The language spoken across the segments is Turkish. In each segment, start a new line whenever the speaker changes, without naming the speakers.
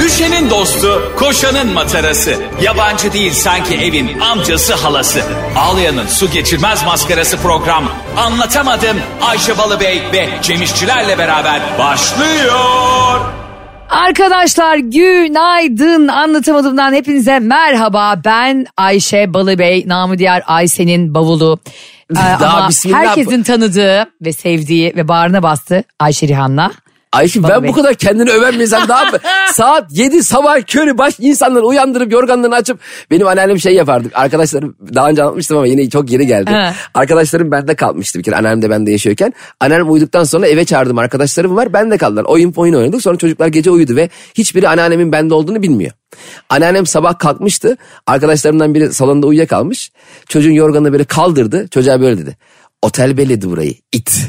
Düşenin dostu, koşanın matarası. Yabancı değil sanki evin amcası halası. Ağlayanın su geçirmez maskarası program. Anlatamadım Ayşe Balıbey ve Cemişçilerle beraber başlıyor.
Arkadaşlar günaydın anlatamadığımdan hepinize merhaba ben Ayşe Balıbey namı diğer Ayşe'nin bavulu Ee,
Daha
ama
bismillah.
herkesin tanıdığı ve sevdiği ve bağrına bastı Ayşe Rihanna.
Ayşe
Bana
ben
bek-
bu kadar kendini öven bir insan daha saat 7 sabah körü baş insanları uyandırıp yorganlarını açıp benim anneannem şey yapardı. Arkadaşlarım daha önce anlatmıştım ama yine çok yeni geldi.
He.
Arkadaşlarım bende kalmıştı bir kere anneannem de bende yaşıyorken. Anneannem uyuduktan sonra eve çağırdım arkadaşlarım var bende kaldılar. Oyun oyun oynadık sonra çocuklar gece uyudu ve hiçbiri anneannemin bende olduğunu bilmiyor. Anneannem sabah kalkmıştı arkadaşlarımdan biri salonda uyuyakalmış. Çocuğun yorganını böyle kaldırdı çocuğa böyle dedi. Otel belledi burayı it.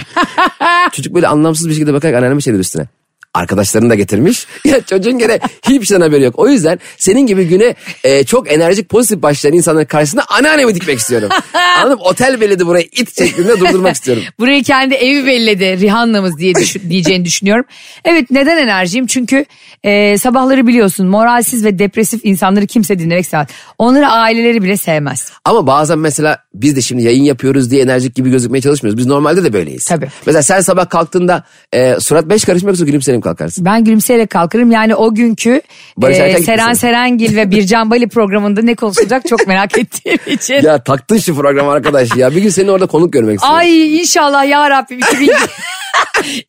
Çocuk böyle anlamsız bir şekilde bakarak anneanneme şey dedi üstüne. Arkadaşlarını da getirmiş. Ya çocuğun gene hiçbir şeyden haberi yok. O yüzden senin gibi güne e, çok enerjik pozitif başlayan insanların karşısında anneannemi dikmek istiyorum. Anladın mı? Otel beledi burayı it şeklinde durdurmak istiyorum.
Burayı kendi evi belledi Rihanna'mız diye düşün- diyeceğini düşünüyorum. Evet neden enerjiyim? Çünkü e, sabahları biliyorsun moralsiz ve depresif insanları kimse dinlemek istemez. Onları aileleri bile sevmez.
Ama bazen mesela biz de şimdi yayın yapıyoruz diye enerjik gibi gözükmeye çalışmıyoruz. Biz normalde de böyleyiz.
Tabii.
Mesela sen sabah kalktığında e, surat beş karış mı yoksa gülümserim kalkarsın.
Ben gülümseyerek kalkarım. Yani o günkü
Barış
e,
Erken gitmesin.
Seren Serengil ve Bircan Bali programında ne konuşulacak çok merak ettiğim için.
Ya taktın şu programı arkadaş ya. Bir gün seni orada konuk görmek istiyorum.
Ay inşallah ya Rabbim 2000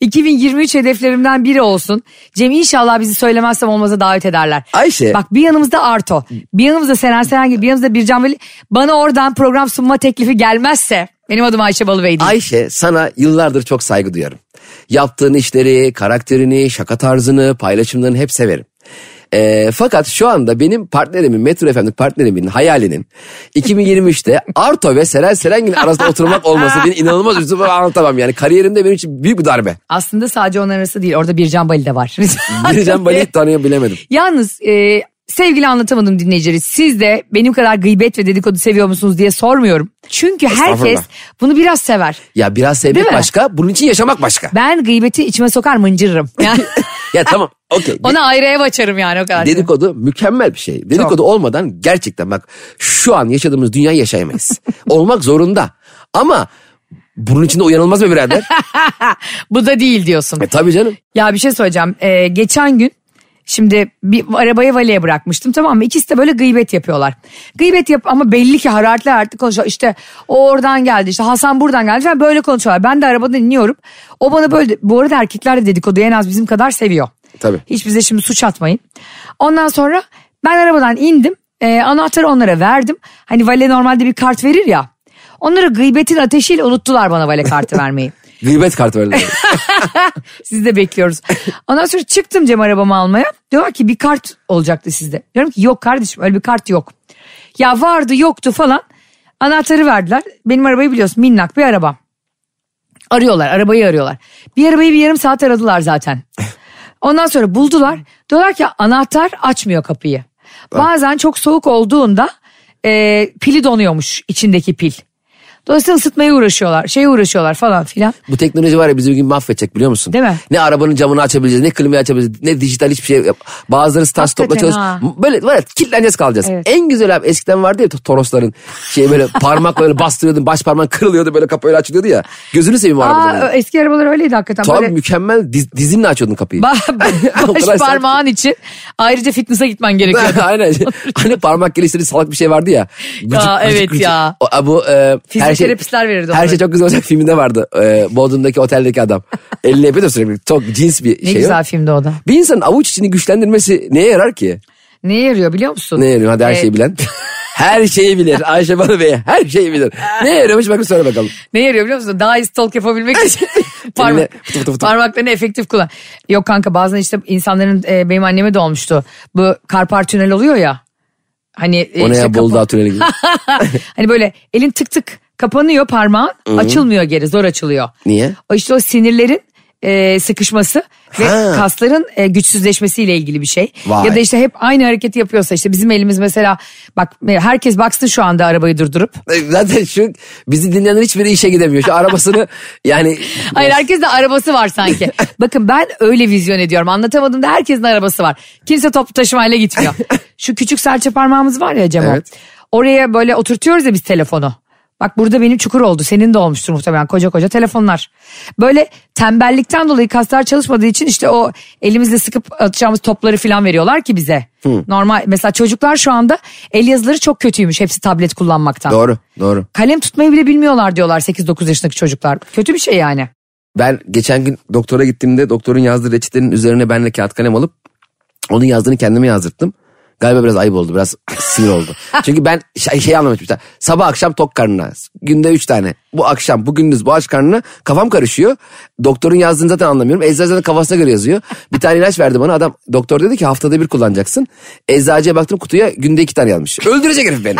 2023 hedeflerimden biri olsun. Cem inşallah bizi söylemezsem olmaza davet ederler.
Ayşe.
Bak bir yanımızda Arto, bir yanımızda Seren Serengil, bir yanımızda Bircan Veli. Bana oradan program sunma teklifi gelmezse benim adım Ayşe Balıbey değil.
Ayşe sana yıllardır çok saygı duyarım. Yaptığın işleri, karakterini, şaka tarzını, paylaşımlarını hep severim. Ee, fakat şu anda benim partnerimin, Metro FM'lik partnerimin hayalinin 2023'te Arto ve Seren Serengil arasında oturmak olması beni inanılmaz üzdü ve anlatamam. Yani kariyerimde benim için büyük bir darbe.
Aslında sadece onların arası değil orada Bircan Bali de var.
Bileceğim beni hiç tanıyabilemedim.
Yalnız e, sevgili anlatamadım dinleyicileri siz de benim kadar gıybet ve dedikodu seviyor musunuz diye sormuyorum. Çünkü herkes
Estağfurullah.
bunu biraz sever.
Ya biraz
Değil
sevmek
mi?
başka, bunun için yaşamak başka.
Ben gıybeti içime sokar mıncırırım. Yani
Ya tamam, okey.
ona ayrı ev açarım yani o kadar.
Dedikodu mükemmel bir şey. Dedikodu olmadan gerçekten bak şu an yaşadığımız dünyayı yaşayamayız. Olmak zorunda. Ama bunun içinde uyanılmaz mı birader?
Bu da değil diyorsun.
e, tabii canım.
Ya bir şey söyleyeceğim. Ee, geçen gün şimdi bir arabayı valiye bırakmıştım tamam mı? İkisi de böyle gıybet yapıyorlar. Gıybet yap ama belli ki hararetli hararetli konuşuyor. İşte o oradan geldi işte Hasan buradan geldi falan böyle konuşuyorlar. Ben de arabadan iniyorum. O bana böyle bu arada erkekler de dedikoduyu en az bizim kadar seviyor.
Tabii.
Hiç bize şimdi suç atmayın. Ondan sonra ben arabadan indim. Ee, anahtarı onlara verdim. Hani vale normalde bir kart verir ya. Onlara gıybetin ateşiyle unuttular bana vale kartı vermeyi.
Gıybet kartı verdiler.
Sizi de bekliyoruz. Ondan sonra çıktım Cem arabamı almaya. Diyorlar ki bir kart olacaktı sizde. Diyorum ki yok kardeşim öyle bir kart yok. Ya vardı yoktu falan. Anahtarı verdiler. Benim arabayı biliyorsun minnak bir araba. Arıyorlar arabayı arıyorlar. Bir arabayı bir yarım saat aradılar zaten. Ondan sonra buldular. Diyorlar ki anahtar açmıyor kapıyı. Bazen çok soğuk olduğunda e, pili donuyormuş içindeki pil. Dolayısıyla ısıtmaya uğraşıyorlar, şeye uğraşıyorlar falan filan.
Bu teknoloji var ya bizi bir gün mahvedecek biliyor musun?
Değil mi?
Ne arabanın camını açabileceğiz, ne klimayı açabileceğiz, ne dijital hiçbir şey. yap- Bazıları staj
Hakikaten
topla çalış.
ha.
Böyle var ya kilitleneceğiz kalacağız.
Evet.
En güzel abi eskiden vardı ya Torosların şey böyle parmakla böyle bastırıyordun baş parmağın kırılıyordu böyle kapı öyle açılıyordu ya. Gözünü seveyim o arabadan.
Aa, eski arabalar öyleydi hakikaten.
Tam
Böyle
mükemmel diz- dizinle açıyordun kapıyı.
ba-
O kadar
baş
sert.
parmağın için ayrıca fitness'a gitmen gerekiyor.
Aynen. Hani parmak geliştirici salak bir şey vardı ya.
Ya, evet ya.
O, bu, e, her şey,
Fizyoterapistler verirdi
Her
onları.
şey çok güzel olacak filminde vardı. E, Bodrum'daki oteldeki adam. Elini yapıyor da sürekli. Çok cins bir
ne
şey. o.
güzel filmdi o da.
Bir insanın avuç içini güçlendirmesi neye yarar ki?
Neye yarıyor biliyor musun?
Neye yarıyor? Hadi her
Ee,
şeyi bilen. her şeyi bilir. Ayşe Balı Bey her şeyi bilir. Neye yarıyormuş bakın söyle bakalım.
Neye yarıyor biliyor musun? Daha iyi stalk yapabilmek için parmak,
Eline fıtı fıtı fıtı.
parmaklarını efektif kullan. Yok kanka bazen işte insanların e, benim anneme de olmuştu. Bu karpar tünel oluyor ya. Hani e,
O ne
işte
ya
kapı-
Bolu Dağı tüneli gibi.
hani böyle elin tık tık kapanıyor parmağın açılmıyor geri zor açılıyor.
Niye?
O işte o sinirlerin e, sıkışması ve
Ha.
kasların e, güçsüzleşmesiyle ilgili bir şey.
Vay.
Ya da işte hep aynı hareketi yapıyorsa işte bizim elimiz mesela bak e, herkes baksın şu anda arabayı durdurup.
E, Zaten şu bizi dinleyenler hiçbiri işe gidemiyor. Şu arabasını yani
Hayır herkesin de arabası var sanki. Bakın ben öyle vizyon ediyorum. Anlatamadığımda herkesin arabası var. Kimse toplu taşımayla gitmiyor. Şu küçük serçe parmağımız var ya Cemo.
Evet.
Oraya böyle oturtuyoruz ya biz telefonu. Bak burada benim çukur oldu. Senin de olmuştur muhtemelen koca koca telefonlar. Böyle tembellikten dolayı kaslar çalışmadığı için işte o elimizle sıkıp atacağımız topları falan veriyorlar ki bize. Normal mesela çocuklar şu anda el yazıları çok kötüymüş hepsi tablet kullanmaktan.
doğru doğru.
Kalem tutmayı bile bilmiyorlar diyorlar 8-9 yaşındaki çocuklar. Kötü bir şey yani.
Ben geçen gün doktora gittiğimde doktorun yazdığı reçetenin üzerine ben de kağıt kalem alıp onun yazdığını kendime yazdırttım. Galiba biraz ayıp oldu biraz sinir oldu. Çünkü ben şey, şey anlamamıştım. Mesela Sabah akşam tok karnına günde üç tane. Bu akşam bu gündüz bu aç karnına kafam karışıyor. Doktorun yazdığını zaten anlamıyorum. Eczacı zaten kafasına göre yazıyor. Bir tane ilaç verdi bana adam doktor dedi ki haftada bir kullanacaksın. Eczacıya baktım kutuya günde iki tane yazmış. Öldürecek herif beni.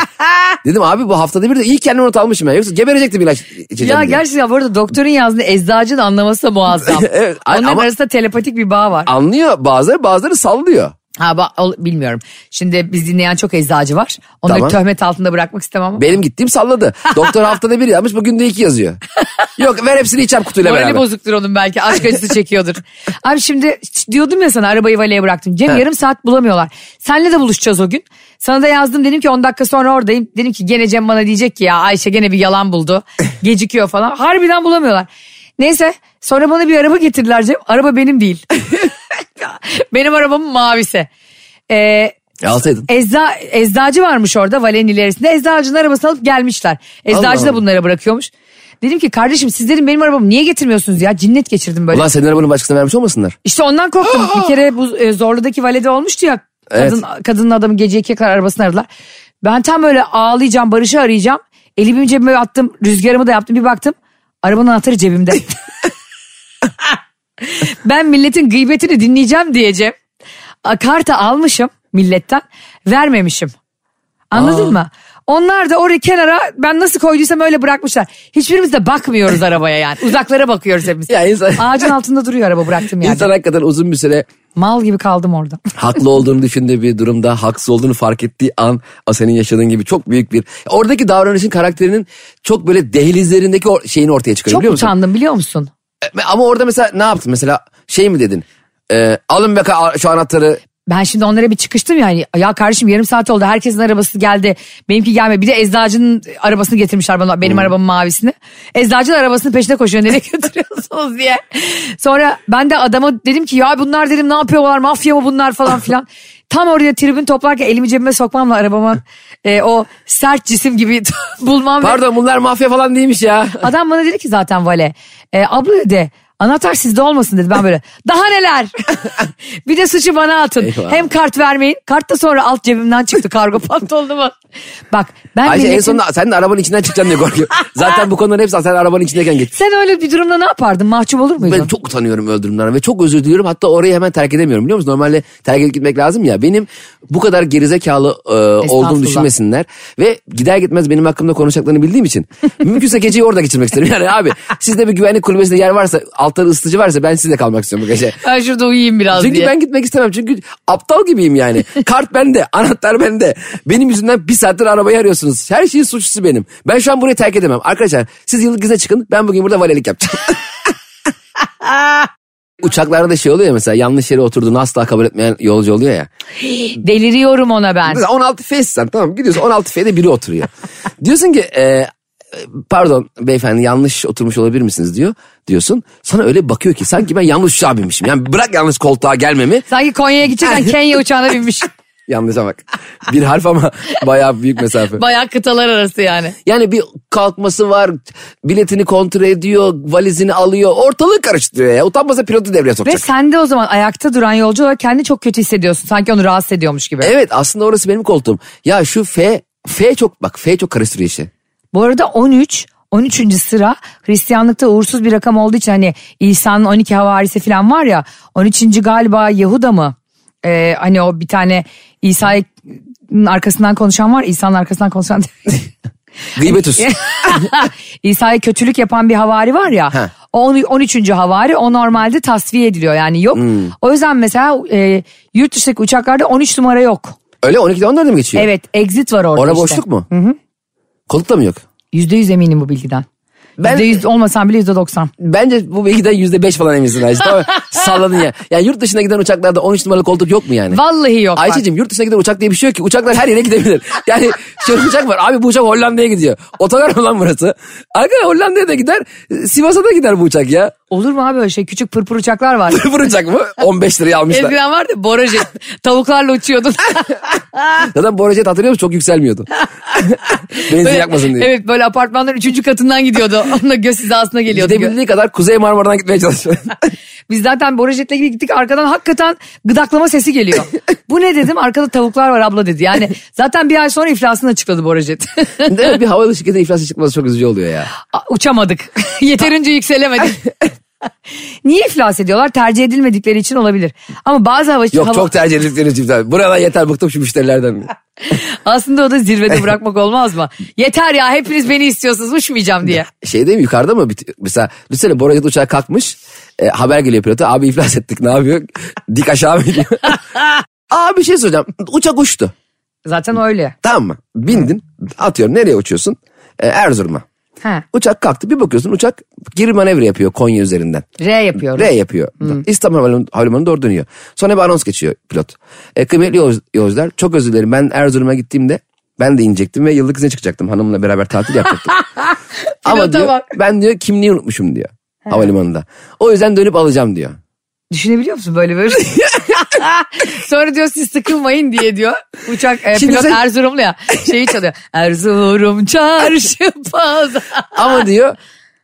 Dedim abi bu haftada bir de iyi kendime not almışım ben. Yoksa geberecektim ilaç içeceğim
Ya
diye.
gerçekten bu arada doktorun yazdığı eczacı da anlaması da muazzam.
Evet, ay-
Onların
ama-
arasında telepatik bir bağ var.
anlıyor bazıları bazıları sallıyor.
Ha ba- ol- bilmiyorum. Şimdi biz dinleyen çok eczacı var. Onları
Tamam.
töhmet altında bırakmak istemem. ama-
Benim gittiğim salladı. Doktor haftada bir yazmış bugün de iki yazıyor. Yok ver hepsini içer kutuyla
Morali
beraber.
bozuktur onun belki. Aşk acısı çekiyordur. Abi şimdi diyordum ya sana arabayı valeye bıraktım. Cem
He.
yarım saat bulamıyorlar. Senle de buluşacağız o gün. Sana da yazdım dedim ki 10 dakika sonra oradayım. Dedim ki gene Cem bana diyecek ki ya Ayşe gene bir yalan buldu. Gecikiyor falan. Harbiden bulamıyorlar. Neyse sonra bana bir araba getirdiler Cem. Araba benim değil. benim arabamın mavisi. Ee,
E, alsaydın.
Ezza, eczacı varmış orada valenin ilerisinde. Eczacının arabasını alıp gelmişler.
Allah
Eczacı
Allah.
da bunlara bırakıyormuş. Dedim ki kardeşim siz dedim benim arabamı niye getirmiyorsunuz ya? Cinnet geçirdim böyle.
Ulan senin arabanın başkasına vermiş olmasınlar.
İşte ondan korktum. bir kere bu e, Zorlu'daki valede olmuştu ya. Kadın, Kadının adamı gece ikiye kadar arabasını aradılar. Ben tam böyle ağlayacağım, Barış'ı arayacağım. Elimi cebime attım, rüzgarımı da yaptım. Bir baktım, arabanın anahtarı cebimde. ben milletin gıybetini dinleyeceğim diyeceğim. A, Kartı almışım milletten, vermemişim. Anladın mı? Onlar da oraya kenara ben nasıl koyduysam öyle bırakmışlar. Hiçbirimiz de bakmıyoruz arabaya yani. Uzaklara bakıyoruz hepimiz.
Ya insan-
Ağacın altında duruyor araba bıraktım yani.
İnsan hakikaten uzun bir süre
Mal gibi kaldım orada.
haklı olduğunu düşündüğü bir durumda haksız olduğunu fark ettiği an o senin yaşadığın gibi çok büyük bir oradaki davranışın karakterinin çok böyle dehlizlerindeki o şeyini ortaya çıkarıyor
Çok
biliyor musun?
utandım biliyor musun?
E, Ama orada mesela ne yaptın mesela şey mi dedin? E, alın be ka- şu anahtarı
Ben şimdi onlara bir çıkıştım yani. Ya kardeşim yarım saat oldu. Herkesin arabası geldi. Benimki gelmedi. Bir de eczacının arabasını getirmişler bana. Benim arabamın mavisini. Eczacının arabasının peşine koşuyor. Nereye götürüyorsunuz diye. Sonra ben de adama dedim ki ya bunlar dedim ne yapıyorlar? Mafya mı bunlar falan filan. Tam oraya tribün toplarken elimi cebime sokmamla arabama e, o sert cisim gibi bulmam. ve-
pardon bunlar mafya falan değilmiş ya.
Adam bana dedi ki zaten vale. E, abla dedi anahtar sizde olmasın dedi. Ben böyle daha neler. bir de suçu bana atın.
Eyvah.
Hem kart vermeyin. Kart da sonra alt cebimden çıktı kargo pantolonumu. Bak ben
Ayşe en
milletin-
sonunda sen de arabanın içinden çıkacaksın diye korkuyorum. Zaten bu konuların hepsi sen arabanın içindeyken geç.
Sen öyle bir durumda ne yapardın? Mahcup olur muydun?
Ben çok utanıyorum öldürümden ve çok özür diliyorum. Hatta orayı hemen terk edemiyorum biliyor musun? Normalde terk edip gitmek lazım ya. Benim bu kadar gerizekalı e, olduğumu
Estağfurullah.
düşünmesinler. Ve gider gitmez benim hakkımda konuşacaklarını bildiğim için. Mümkünse geceyi orada geçirmek isterim. Yani abi sizde bir güvenlik kulübesinde yer varsa altları ısıtıcı varsa ben sizde kalmak istiyorum bu gece.
Ben şurada uyuyayım biraz
Çünkü
diye.
ben gitmek istemem. Çünkü aptal gibiyim yani. Kart bende, anahtar bende. Benim yüzümden bir saattir arabayı arıyorsunuz. Her şeyin suçlusu benim. Ben şu an burayı terk edemem. Arkadaşlar siz yıllık izne çıkın. Ben bugün burada valilik yapacağım. Uçaklarda da şey oluyor ya mesela yanlış yere oturduğunu asla kabul etmeyen yolcu oluyor ya.
Deliriyorum ona ben.
Mesela 16 F'sin sen tamam gidiyorsun 16 F'de biri oturuyor. Diyorsun ki e, pardon beyefendi yanlış oturmuş olabilir misiniz diyor. Diyorsun sana öyle bakıyor ki sanki ben yanlış uçağa binmişim. Yani bırak yanlış koltuğa gelmemi
Sanki Konya'ya gidecekken Kenya uçağına binmiş.
Yanlışa bak. Bir harf ama bayağı büyük mesafe.
Bayağı kıtalar arası yani.
Yani bir kalkması var, biletini kontrol ediyor, valizini alıyor, ortalığı karıştırıyor ya. Utanmasa pilotu devreye
Ve
sokacak.
sen de o zaman ayakta duran yolcu olarak kendini çok kötü hissediyorsun. Sanki onu rahatsız ediyormuş gibi.
Evet aslında orası benim koltuğum. Ya şu F, F çok bak F çok karıştırıyor işi.
Bu arada 13 13. sıra Hristiyanlıkta uğursuz bir rakam olduğu için hani İsa'nın 12 havarisi falan var ya 13. galiba Yahuda mı? Ee, hani o bir tane İsa'nın arkasından konuşan var İsa'nın arkasından konuşan
Gıybet olsun.
İsa'ya kötülük yapan bir havari var ya
Ha.
O on- 13. havari o normalde tasfiye ediliyor yani yok.
Hmm.
O yüzden mesela e, yurt dışındaki uçaklarda 13 numara yok.
Öyle 12'de 14'e mi geçiyor?
Evet exit var orada
Orada
işte.
boşluk mu? Koltuk da mı yok?
%100 eminim bu bilgiden.
Ben-
%100 olmasam bile %90.
Bence bu bilgiden yüzde beş falan eminsin Ayşe. Tamam mı? Salladın ya. Yani yurt dışına giden uçaklarda 13 numaralı koltuk yok mu yani?
Vallahi yok. bak.
Ayşe'cim yurt dışına giden uçak diye bir şey yok ki. Uçaklar her yere gidebilir. Yani şöyle bir uçak var. Abi bu uçak Hollanda'ya gidiyor. Otogar mı lan burası? Arkadaşlar Hollanda'ya da gider. Sivas'a da gider bu uçak ya.
Olur mu abi öyle şey küçük pırpır uçaklar var.
Bu uçak mı? 15 liraya almışlar.
Eskiden vardı borajet tavuklarla uçuyordun.
Zaten bu aracı hatırlıyor musun? Çok yükselmiyordu. Benzin yakmasın diye.
Evet böyle apartmanların üçüncü katından gidiyordu. Onunla göz hizasına geliyordu.
Gidebildiği kadar Kuzey Marmara'dan gitmeye çalışıyor.
Biz zaten borajetle gibi gittik arkadan hakikaten gıdaklama sesi geliyor. Bu ne dedim arkada tavuklar var abla dedi. Yani zaten bir ay sonra iflasını açıkladı borajet.
Değil mi? Bir havayolu şirketinin iflası çıkması çok üzücü oluyor ya.
A- Uçamadık. Yeterince yükselemedik. Niye iflas ediyorlar? Tercih edilmedikleri için olabilir. Ama bazı hava,
Yok
hava-
çok tercih edildikleri çiftler. Buradan yeter bıktım şu müşterilerden.
aslında o da zirvede bırakmak olmaz mı? Yeter ya hepiniz beni istiyorsunuz uçmayacağım diye.
şey değil mi yukarıda mı? Bit- Mesela düşünsene Borajet uçağı kalkmış. E, haber geliyor pilota. Abi iflas ettik ne yapıyor? Dik aşağı mı iniyor? Abi bir şey soracağım. Uçak uçtu.
Zaten öyle.
Tamam mı? Bindin. Atıyorum nereye uçuyorsun? E, Erzurum'a.
Ha.
Uçak kalktı bir bakıyorsun uçak geri manevra yapıyor Konya üzerinden.
R yapıyorum.
R yapıyor. İstanbul Havalimanı, Havalimanı'na doğru dönüyor. Sonra bir anons geçiyor pilot. E, kıymetli yolcu- yolcular çok özür dilerim ben Erzurum'a gittiğimde ben de inecektim ve yıllık izne çıkacaktım. Hanımla beraber tatil yapacaktık. Ama
Pilota
diyor,
bak.
ben diyor kimliği unutmuşum diyor havalimanında. O yüzden dönüp alacağım diyor.
Düşünebiliyor musun böyle böyle? Sonra diyor siz sıkılmayın diye diyor. Uçak e,
Şimdi
pilot
sen-
Erzurumlu ya şeyi çalıyor. Erzurum çarşı pazar.
Ama diyor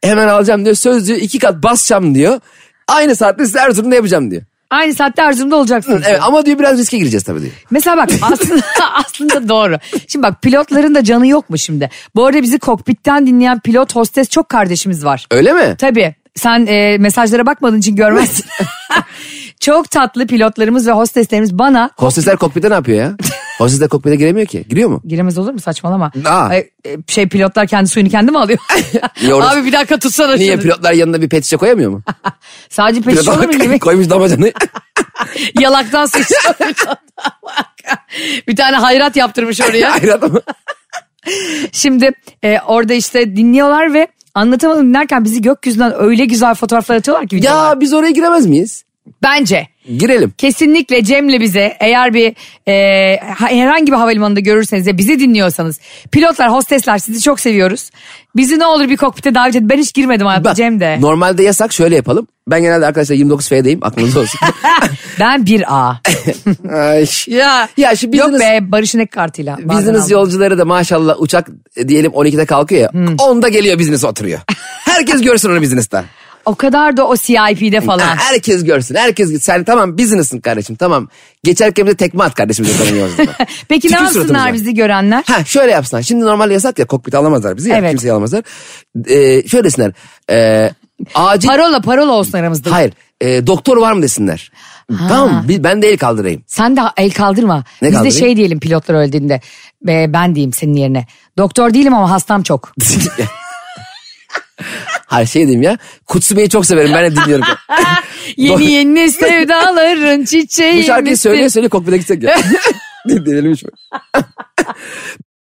hemen alacağım diyor. Söz diyor iki kat basacağım diyor. Aynı saatte size Erzurum'da yapacağım diyor.
Aynı saatte Erzurum'da olacaksınız.
Evet, ama diyor biraz riske gireceğiz tabii diyor.
Mesela bak aslında aslında doğru. Şimdi bak pilotların da canı yok mu şimdi? Bu arada bizi kokpitten dinleyen pilot hostes çok kardeşimiz var.
Öyle mi?
Tabii. Sen e, mesajlara bakmadığın için görmezsin. çok tatlı pilotlarımız ve hosteslerimiz bana
Hostesler kokpite ne yapıyor ya? Hostesler kokpite giremiyor ki. Giriyor mu?
Giremez olur mu saçmalama.
Aa.
Ay, e, şey pilotlar kendi suyunu kendi mi alıyor?
Yoruz.
Abi bir dakika tutsana
Niye
şunu.
pilotlar yanında bir pet şişe koyamıyor mu?
Sadece peşiş olur mu
Pilota
yemek?
koymuş damacanı.
Yalaktan su içiyor pilot. bir tane hayrat yaptırmış oraya.
Hayır adam.
Şimdi e, orada işte dinliyorlar ve anlatamadım derken bizi gökyüzünden öyle güzel fotoğraflar atıyorlar ki videolar.
Ya biz oraya giremez miyiz?
Bence
Girelim.
kesinlikle Cem'le bize eğer bir e, ha- herhangi bir havalimanında görürseniz ya bizi dinliyorsanız pilotlar hostesler sizi çok seviyoruz. Bizi ne olur bir kokpite davet edin. Ben hiç girmedim hayatım
Bak,
Cem de.
Normalde yasak şöyle yapalım. Ben genelde arkadaşlar 29F'deyim aklınızda olsun.
Ben bir A.
Eh, Ay.
ya,
Ya şu
Yok
business-
be Barış'ın ek kartıyla. Bazen
Business
aldım.
yolcuları da maşallah uçak e, diyelim 12'de kalkıyor ya.
Hmm.
10'da geliyor business oturuyor. Herkes görsün onu business'ta.
O kadar da o CIP'de
Ha,
falan.
herkes görsün. Herkes sen tamam business'ın kardeşim tamam. Geçerken bir de tekme at kardeşim. diyor sana yolculara.
Peki ne
Tükür
yapsınlar
suratımıza.
bizi görenler?
Ha şöyle yapsınlar. Şimdi normalde yasak ya kokpite alamazlar bizi ya.
Evet.
Kimseyi alamazlar. Ee, şöyle desinler. Ee, acil
Parola parola olsun aramızda.
Hayır. e, doktor var mı desinler. Tamam mı? Bi- Ben de el kaldırayım.
Sen de el kaldırma.
Ne
Biz de
kaldırayım?
şey diyelim pilotlar öldüğünde. Be, ben diyeyim senin yerine. Doktor değilim ama hastam çok.
Hayır şey diyeyim ya. Kutsu Bey'i çok severim. Ben de dinliyorum.
yeni yeni sevdaların çiçeği.
Bu şarkıyı
misin?
söyleye söyleye kokpite gitsek ya. Dinlenilmiş mi?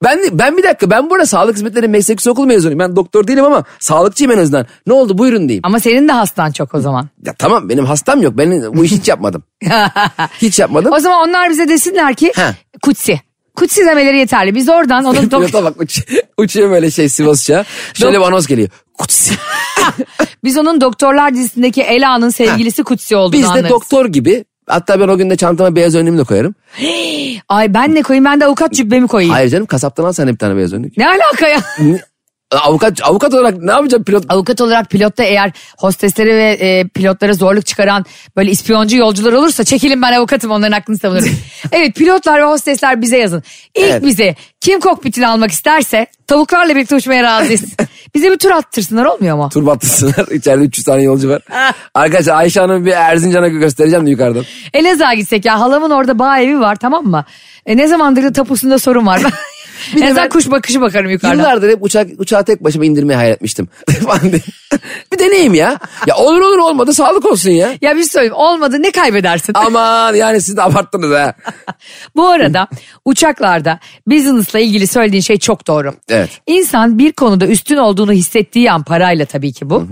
Ben, ben bir dakika ben burada sağlık hizmetleri mesleki okulu mezunuyum. Ben doktor değilim ama sağlıkçıyım en azından. Ne oldu buyurun diyeyim.
Ama senin de hastan çok o zaman.
Ya tamam benim hastam yok. Ben bu işi hiç yapmadım. hiç yapmadım.
O zaman onlar bize desinler ki
Ha.
kutsi. Kutsi demeleri yeterli. Biz oradan onun dok-
Pilota bak uç- uçuyor böyle şey Sivas uçağı. Şöyle bir anons geliyor. Kutsi.
biz onun doktorlar dizisindeki Ela'nın sevgilisi Kutsi olduğunu
Biz de
anlarız.
doktor gibi. Hatta ben o gün de çantama beyaz önlüğümü de koyarım.
Ay ben ne koyayım ben de avukat cübbemi koyayım.
Hayır canım kasaptan al sen de bir tane beyaz önlük.
Ne alaka ya?
Avukat avukat olarak ne yapacağım pilot?
Avukat olarak pilotta eğer hosteslere ve e, pilotlara zorluk çıkaran böyle ispiyoncu yolcular olursa çekilin ben avukatım onların hakkını savunurum. evet pilotlar ve hostesler bize yazın. İlk
Evet.
bize kim kokpitini almak isterse tavuklarla birlikte uçmaya razıyız. bize bir tur attırsınlar olmuyor mu?
Tur battısınlar. İçeride 300 tane yolcu var.
Ah.
Arkadaşlar Ayşe Hanım bir Erzincan'a göstereceğim de yukarıdan.
Elazığ'a gitsek ya halamın orada bağ evi var tamam mı? E, ne zamandır da tapusunda sorun var.
Bir de
en azından
ben-
kuş bakışı bakarım yukarıdan.
Yıllardır hep uçak, uçağı tek başıma indirmeyi hayal etmiştim. Falan diye. bir deneyim ya. Ya olur olur olmadı sağlık olsun ya.
Ya bir şey söyleyeyim olmadı ne kaybedersin?
Aman yani siz de abarttınız ha.
Bu arada uçaklarda business'la ilgili söylediğin şey çok doğru.
Evet.
İnsan bir konuda üstün olduğunu hissettiği an parayla tabii ki bu.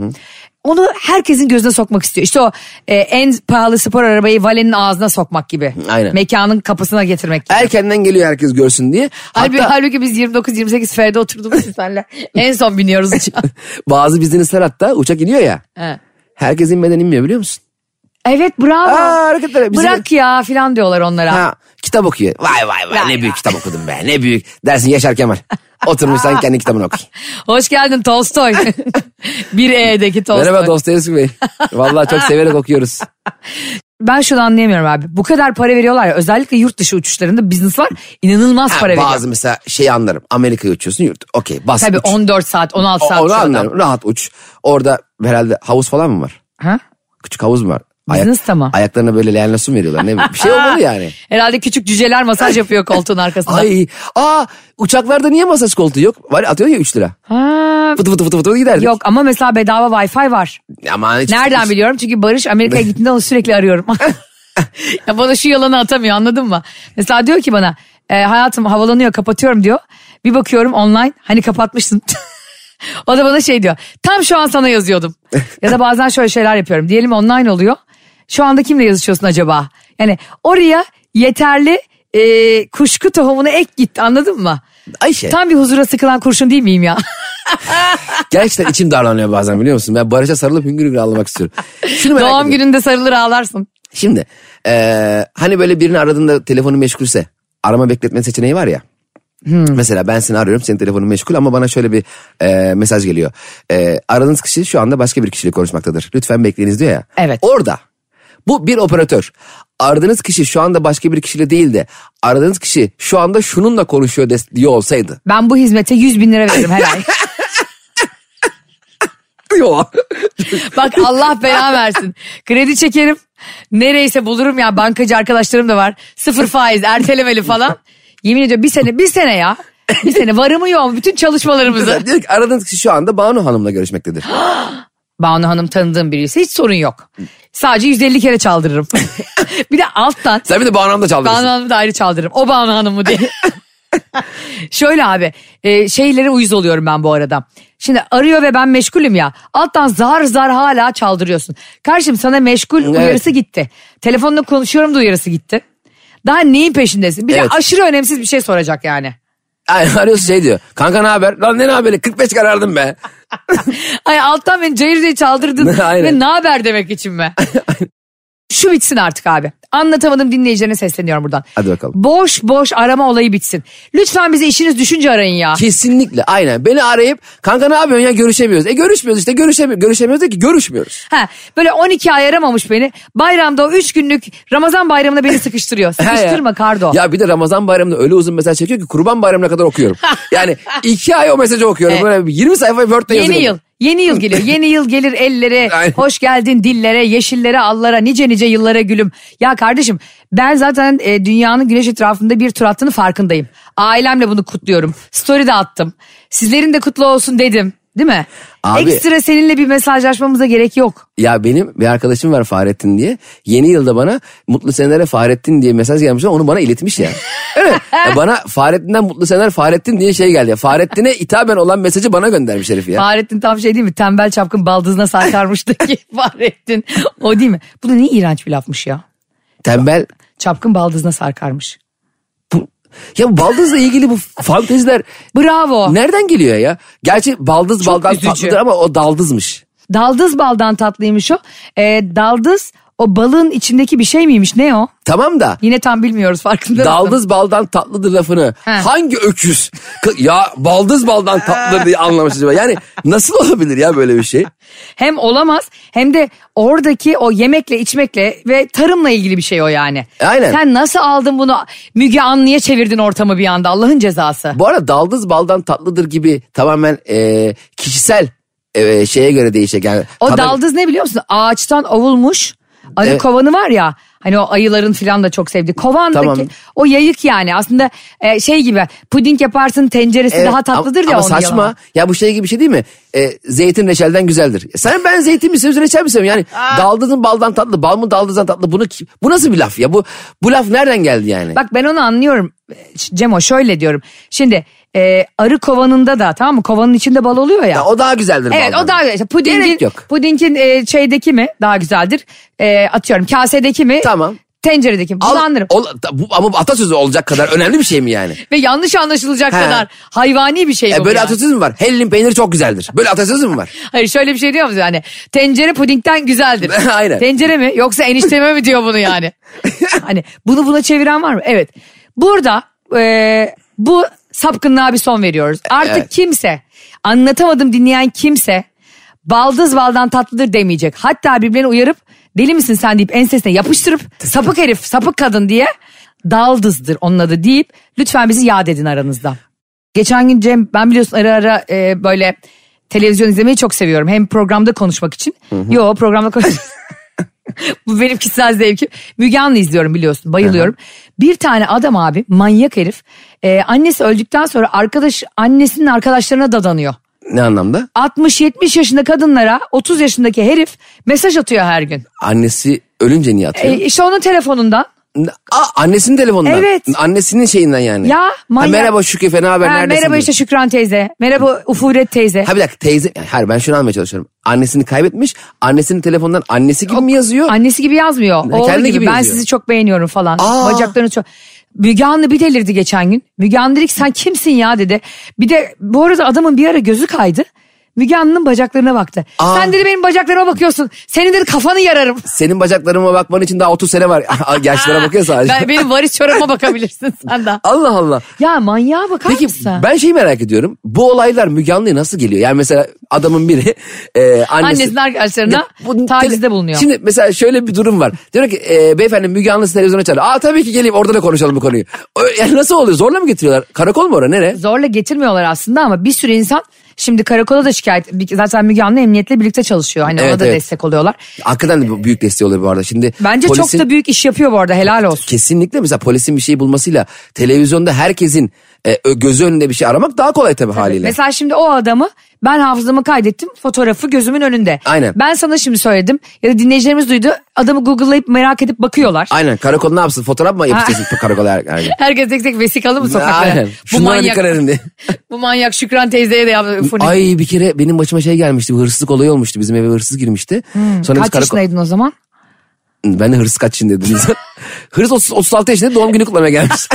Onu herkesin gözüne sokmak istiyor. İşte o e, en pahalı spor arabayı valenin ağzına sokmak gibi.
Aynen.
Mekanın kapısına getirmek gibi.
Erkenden geliyor herkes görsün diye.
Halbuki,
Hatta
halbuki biz 29-28 F'de oturduğumuz insanlar en son biniyoruz uçağa.
bazı bizdenizler hatta uçak iniyor ya.
He.
Herkes inmeden inmiyor biliyor musun?
evet bravo.
Aa, hareketler. Bizim-
Bırak ya filan diyorlar onlara.
Ha, kitap okuyor. Vay vay vay
Vay
ne
vay.
büyük kitap okudum be ne büyük. Dersin Yaşar Kemal. Oturmuş sanki kendi kitabını okuyor.
Hoş geldin Tolstoy. 1E'deki Tolstoy.
Merhaba Dostoyevski Bey. Vallahi çok severek okuyoruz.
Ben şunu anlayamıyorum abi. Bu kadar para veriyorlar ya. Özellikle yurt dışı uçuşlarında business'lar inanılmaz
Ha,
para veriyor.
bazı mesela şeyi anlarım. Amerika'ya uçuyorsun yurt. Okey bas
Tabii
uç.
14 saat 16
O-
saat
Onu
uçuyor adam.
anlarım. Rahat uç. Orada herhalde havuz falan mı var?
Ha?
Küçük havuz mu var?
Business da mı?
Ayaklarına böyle leğenle su mu veriyorlar? Ne, bileyim. bir şey olmalı yani.
Herhalde küçük cüceler masaj yapıyor koltuğun arkasında.
Ay aa uçaklarda niye masaj koltuğu yok? Var atıyor ya 3 lira.
Ha,
Fıtı fıtı fıtı fıtı giderdik.
Yok ama mesela bedava Wi-Fi var.
Ama hiç-
Nereden
hiç-
biliyorum? Çünkü Barış Amerika'ya gittiğinde onu sürekli arıyorum. ya bana şu yalanı atamıyor anladın mı? Mesela diyor ki bana e, hayatım havalanıyor kapatıyorum diyor. Bir bakıyorum online hani kapatmışsın. o da bana şey diyor tam şu an sana yazıyordum. ya da bazen şöyle şeyler yapıyorum. Diyelim online oluyor. Şu anda kimle yazışıyorsun acaba? Yani oraya yeterli e, kuşku tohumunu ek git anladın mı?
Ayşe
Tam bir huzura sıkılan kurşun değil miyim ya?
gerçekten içim darlanıyor bazen biliyor musun? Ben Barış'a sarılıp hüngür hüngür ağlamak istiyorum. Şunu merak
Doğum
ediyorum.
gününde sarılır ağlarsın.
Şimdi eee, hani böyle birini aradığında telefonu meşgulse arama bekletme seçeneği var ya.
Hmm.
Mesela ben seni arıyorum senin telefonun meşgul ama bana şöyle bir eee, mesaj geliyor. Eee, aradığınız kişi şu anda başka bir kişiyle konuşmaktadır. Lütfen bekleyiniz diyor ya.
Evet.
Orada bu bir operatör. Aradığınız kişi şu anda başka bir kişiyle değil de aradığınız kişi şu anda şununla konuşuyor des- diyor olsaydı.
Ben bu hizmete 100 bin lira veririm her ay.
Yok.
Bak Allah belanı versin. Kredi çekerim. Nereyse bulurum ya bankacı arkadaşlarım da var. Sıfır faiz ertelemeli falan. Yemin ediyorum bir sene bir sene ya. Bir sene varımı yoğun bütün çalışmalarımızı.
diyor ki aradığınız kişi şu anda Banu Hanım'la görüşmektedir.
Banu Hanım tanıdığım birisi hiç sorun yok. Sadece 150 kere çaldırırım. bir de alttan
Sen bir de Banu Hanım'da çaldırırsın.
Banu Hanım'ı da ayrı çaldırırım. O Banu Hanım mı diye. Şöyle abi e, şeylere uyuz oluyorum ben bu arada. Şimdi arıyor ve ben meşgulüm ya. Alttan zar zar hala çaldırıyorsun. Karşım sana meşgul
Evet.
uyarısı gitti. Telefonla konuşuyorum da uyarısı gitti. Daha neyin peşindesin? Bir
Evet.
de aşırı önemsiz bir şey soracak yani.
Ay, arıyorsun şey diyor. Kanka ne haber? Lan ne haberi? 45 karardım be.
Ay alttan beni cayır diye çaldırdın.
Aynen.
Ve ne haber demek için mi? Şu bitsin artık abi. Anlatamadım dinleyicilerine sesleniyorum buradan.
Hadi bakalım.
Boş boş arama olayı bitsin. Lütfen bize işiniz düşünce arayın ya.
Kesinlikle aynen. Beni arayıp kanka ne yapıyorsun ya görüşemiyoruz. E görüşmüyoruz işte görüşemiyoruz. Görüşemiyoruz da ki görüşmüyoruz.
Ha, böyle 12 ay aramamış beni. Bayramda o 3 günlük Ramazan bayramına beni sıkıştırıyor.
He ya.
Sıkıştırma Kardo.
Ya bir de Ramazan bayramında öyle uzun mesaj çekiyor ki kurban bayramına kadar okuyorum. yani iki ay o mesajı okuyorum.
Evet.
Böyle 20 sayfa Word'da
Yeni
yazıyorum.
yıl. Yeni yıl geliyor. Yeni yıl gelir ellere,
Aynen.
hoş geldin dillere, yeşillere, allara, nice nice yıllara gülüm. Ya kardeşim ben zaten e, dünyanın güneş etrafında bir tur attığını farkındayım. Ailemle bunu kutluyorum. Story de attım. Sizlerin de kutlu olsun dedim. Değil mi?
Abi-
Ekstra seninle bir mesajlaşmamıza gerek yok.
Ya benim bir arkadaşım var Fahrettin diye. Yeni yılda bana mutlu senelere Fahrettin diye mesaj gelmiş ama onu bana iletmiş ya. Evet. Ya bana Fahrettin'den mutlu seneler Fahrettin diye şey geldi. ya. Fahrettin'e hitaben olan mesajı bana göndermiş herif ya.
Fahrettin tam şey değil mi? Tembel çapkın baldızına sarkarmıştaki Fahrettin. O değil mi? Bu da ne iğrenç bir lafmış ya.
Tembel
Çapkın baldızına sarkarmış.
Bu- ya baldızla ilgili bu fanteziler
Bravo.
nereden geliyor ya? Gerçi baldız baldan
Ah. üzücü.
tatlıdır ama o daldızmış.
Daldız baldan tatlıymış o. Ee, daldız o balığın içindeki bir şey miymiş? Ne o?
Tamam da
Yine tam bilmiyoruz farkında mısın?
daldız baldan tatlıdır lafını
He.
hangi öküz Kı- ya baldız baldan tatlıdır diye anlamış acaba. Yani nasıl olabilir ya böyle bir şey?
Hem olamaz hem de oradaki o yemekle içmekle ve tarımla ilgili bir şey o yani.
Aynen.
Sen nasıl aldın bunu Müge Anlı'ya çevirdin ortamı bir anda Allah'ın cezası.
Bu arada daldız baldan tatlıdır gibi tamamen e, kişisel e, şeye göre değişecek. Yani
O
tadı-
daldız ne biliyor musun? Ağaçtan ovulmuş. Arı
Evet.
kovanı var ya. Hani o ayıların filan da çok sevdi. Kovandaki
Tamam.
o yayık yani aslında e, şey gibi puding yaparsın tenceresi
Evet,
daha tatlıdır
E, ama,
ya
ama
onun
saçma.
yalanı.
Ya bu şey gibi bir şey değil mi? Ee, zeytin reçelden güzeldir. E, Sen ben zeytin mi seviyorum reçel mi seviyorum? Yani daldızın baldan tatlı, bal mı daldızdan tatlı? Bunu kim- bu nasıl bir laf ya? Bu bu laf nereden geldi yani?
Bak ben onu anlıyorum Ç- Cemo şöyle diyorum. Şimdi e, arı kovanında da tamam mı kovanın içinde bal oluyor ya.
Ya o daha güzeldir
Evet
baldan.
o daha işte pudingin,
Gerek yok.
pudingin e, şeydeki mi daha güzeldir? E, atıyorum kasedeki mi?
Tamam.
Tenceredeki mi? Bunu
Al-
anlarım.
ol- ta- bu, ama atasözü olacak kadar önemli bir şey mi yani?
Ve yanlış anlaşılacak
He.
kadar hayvani bir şey
E
bu
böyle
yani.
atasözü mü var? Hellim peyniri çok güzeldir. Böyle atasözü mü var?
Hayır şöyle bir şey diyor musun yani? Tencere pudingden güzeldir.
Aynen.
Tencere mi yoksa enişteme mi diyor bunu yani? hani bunu buna çeviren var mı? Evet. Burada e, bu sapkınlığa bir son veriyoruz. Artık
Evet.
kimse anlatamadım dinleyen kimse baldız baldan tatlıdır demeyecek. Hatta birbirlerini uyarıp deli misin sen deyip ensesine yapıştırıp sapık herif sapık kadın diye daldızdır onun adı deyip lütfen bizi yad edin aranızda. Geçen gün Cem ben biliyorsun ara ara e, böyle televizyon izlemeyi çok seviyorum. Hem programda konuşmak için. Yo programda konuş. Bu benim kişisel zevkim. Müge Anlı izliyorum biliyorsun bayılıyorum. Bir tane adam abi manyak herif. e, annesi öldükten sonra arkadaş annesinin arkadaşlarına dadanıyor.
Ne anlamda?
60-70 yaşında kadınlara 30 yaşındaki herif mesaj atıyor her gün. E,
Annesi ölünce niye atıyor?
işte onun telefonundan.
Aa, annesinin telefonundan.
Evet.
Annesinin şeyinden yani.
Ya, manyak.
merhaba Şükrü Fena haber
Ha,
neredesin?
merhaba
diyor.
işte Şükran teyze. Merhaba Ufuret teyze.
Ha bir dakika teyze. Hayır ben şunu almaya çalışıyorum. Annesini kaybetmiş. Annesinin telefonundan annesi gibi mi yazıyor?
Annesi gibi yazmıyor. Oğlu
kendi
gibi,
gibi
ben
yazıyor."
sizi çok beğeniyorum falan.
Aa.
Bacaklarını çok... Müge Anlı bir delirdi geçen gün. Müge Anlı dedi ki sen kimsin ya dedi. Bir de bu arada adamın bir ara gözü kaydı. Müge Anlı'nın bacaklarına baktı.
Aa.
Sen dedi benim bacaklarıma bakıyorsun. Senin dedi kafanı yararım.
Senin bacaklarıma bakman için daha 30 sene var. Yaşlara bakıyor sadece.
Ben, benim varis çorabıma bakabilirsin sen de.
Allah Allah.
Ya manyağa bakar
Peki
mısın?
ben şeyi merak ediyorum. Bu olaylar Müge Anlı'ya nasıl geliyor? Yani mesela adamın biri e, annesi...
Annesinin arkadaşlarına
Bu-
tacizde
tele-
bulunuyor.
Şimdi mesela şöyle bir durum var. Diyor ki e, beyefendi Müge Anlı sizi televizyona çağırdı. Aa tabii ki geleyim orada da konuşalım bu konuyu. Ö- Yani nasıl oluyor? Zorla mı getiriyorlar? Karakol mu orası? Nere?
zorla getirmiyorlar aslında ama bir sürü insan şimdi karakola da şikayet zaten Müge Anlı emniyetle birlikte çalışıyor. Hani ona
Evet,
da
evet.
destek oluyorlar.
Hakikaten de bu- büyük desteği oluyor bu arada. Şimdi
Bence
polisin-
çok da büyük iş yapıyor bu arada helal olsun.
Kesinlikle mesela polisin bir şey bulmasıyla televizyonda herkesin e, ö- gözü önünde bir şey aramak daha kolay tabii, haliyle.
Mesela şimdi o adamı ben hafızamı kaydettim fotoğrafı gözümün önünde.
Aynen.
Ben sana şimdi söyledim ya da dinleyicilerimiz duydu adamı google'layıp merak edip bakıyorlar.
Aynen karakol ne yapsın fotoğraf mı yapıştırsın karakola? her- her gün?
Herkes tek tek vesikalı mı sokaklara?
er- Aynen.
Bu
Şunlara dikkat
manyak,
edin diye.
bu manyak Şükran teyzeye de yaptı.
Ay bir kere benim başıma şey gelmişti. Bir hırsızlık olayı olmuştu. Bizim eve hırsız girmişti. Sonra biz
Hmm, Kaç
karakol...
yaşındaydın o zaman?
Ben de hırsız kaç yaşındaydım. hırsız 30, 36 yaşında doğum günü kutlamaya gelmiş.